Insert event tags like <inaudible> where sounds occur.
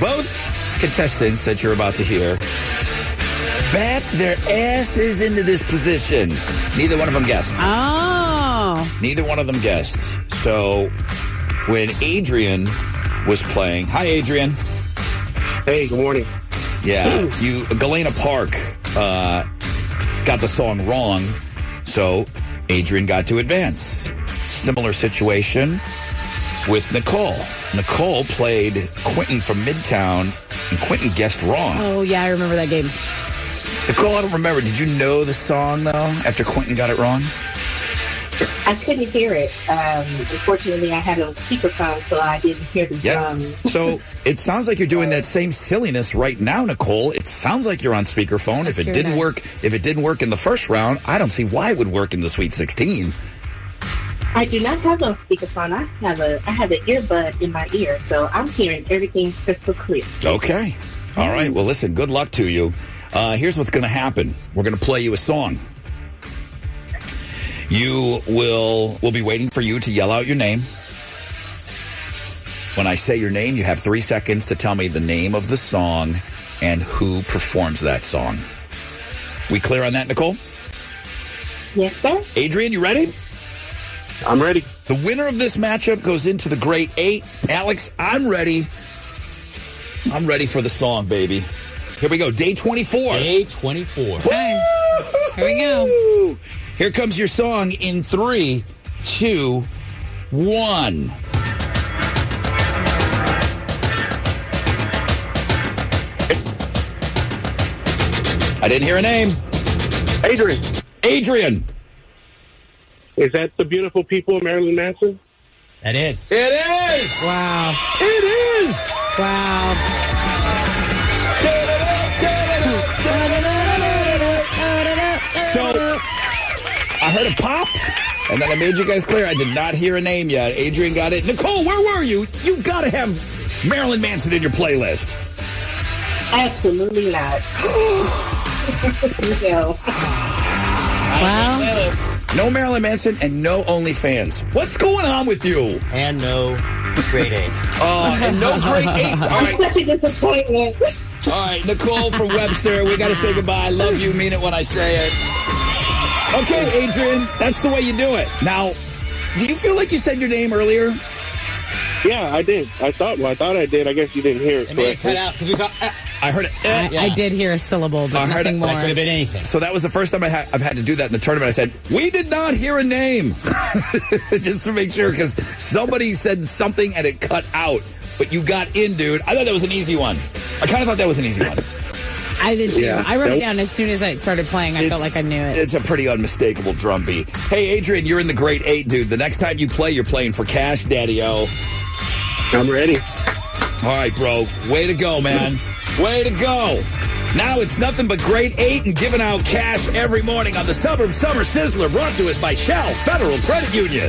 Both contestants that you're about to hear back their asses into this position. Neither one of them guessed. Oh. Neither one of them guessed. So when Adrian was playing, hi Adrian. Hey, good morning. Yeah, you Galena Park uh, got the song wrong, so Adrian got to advance. Similar situation with Nicole. Nicole played Quentin from Midtown, and Quentin guessed wrong. Oh, yeah, I remember that game. Nicole, I don't remember. Did you know the song though? After Quentin got it wrong, I couldn't hear it. Um, unfortunately, I had it on speakerphone, so I didn't hear the yeah. drum. So it sounds like you're doing that same silliness right now, Nicole. It sounds like you're on speakerphone. If it Sure didn't does. work, if it didn't work in the first round, I don't see why it would work in the Sweet 16. I do not have a speakerphone. I have a I have an earbud in my ear, so I'm hearing everything crystal clear. Okay. All right. Well, listen, good luck to you. Uh, here's what's going to happen we're going to play you a song. You will, we'll be waiting for you to yell out your name. When I say your name, you have three seconds to tell me the name of the song and who performs that song. We clear on that, Nicole? Yes, sir. Adrian, you ready? I'm ready. The winner of this matchup goes into the Great Eight. Alex, I'm ready. I'm ready for the song, baby. Here we go. Day 24. Day 24. Woo! Here we go. Here comes your song in three, two, one. I didn't hear a name. Adrian, Adrian. is that the beautiful people of Marilyn Manson? That is. It is. Wow. It is. Wow. So I heard a pop, and then I made you guys clear I did not hear a name yet. Adrian got it. Nicole, where were you? You've got to have Marilyn Manson in your playlist. Absolutely not. <laughs> no. Wow. No Marilyn Manson and no OnlyFans. What's going on with you? And no grade <laughs> eight. Oh, and no great eight. All <laughs> right, Such a disappointment. all right, Nicole from Webster. We got to say goodbye. Love you. Mean it when I say it. Okay, Adrian, that's the way you do it. Now, do you feel like you said your name earlier? Yeah, I did. I thought. Well, I thought I did. I guess you didn't hear it. It may have correctly. cut out because we saw. eh, I heard it. eh. I, I did hear a syllable, but I heard nothing it. more. I that could have been anything. So that was the first time I ha- I've had to do that in the tournament. I said, We did not hear a name. <laughs> Just to make sure, because somebody said something and it cut out. But you got in, dude. I thought that was an easy one. I kind of thought that was an easy one. I did too. Yeah. I wrote it Nope. down as soon as I started playing. I felt like I knew it. It's a pretty unmistakable drum beat. Hey, Adrian, you're in the great eight, dude. The next time you play, you're playing for cash, Daddy O. I'm ready. All right, bro. Way to go, man. Way to go. Now it's nothing but grade eight and giving out cash every morning on the Suburb Summer Sizzler brought to us by Shell Federal Credit Union.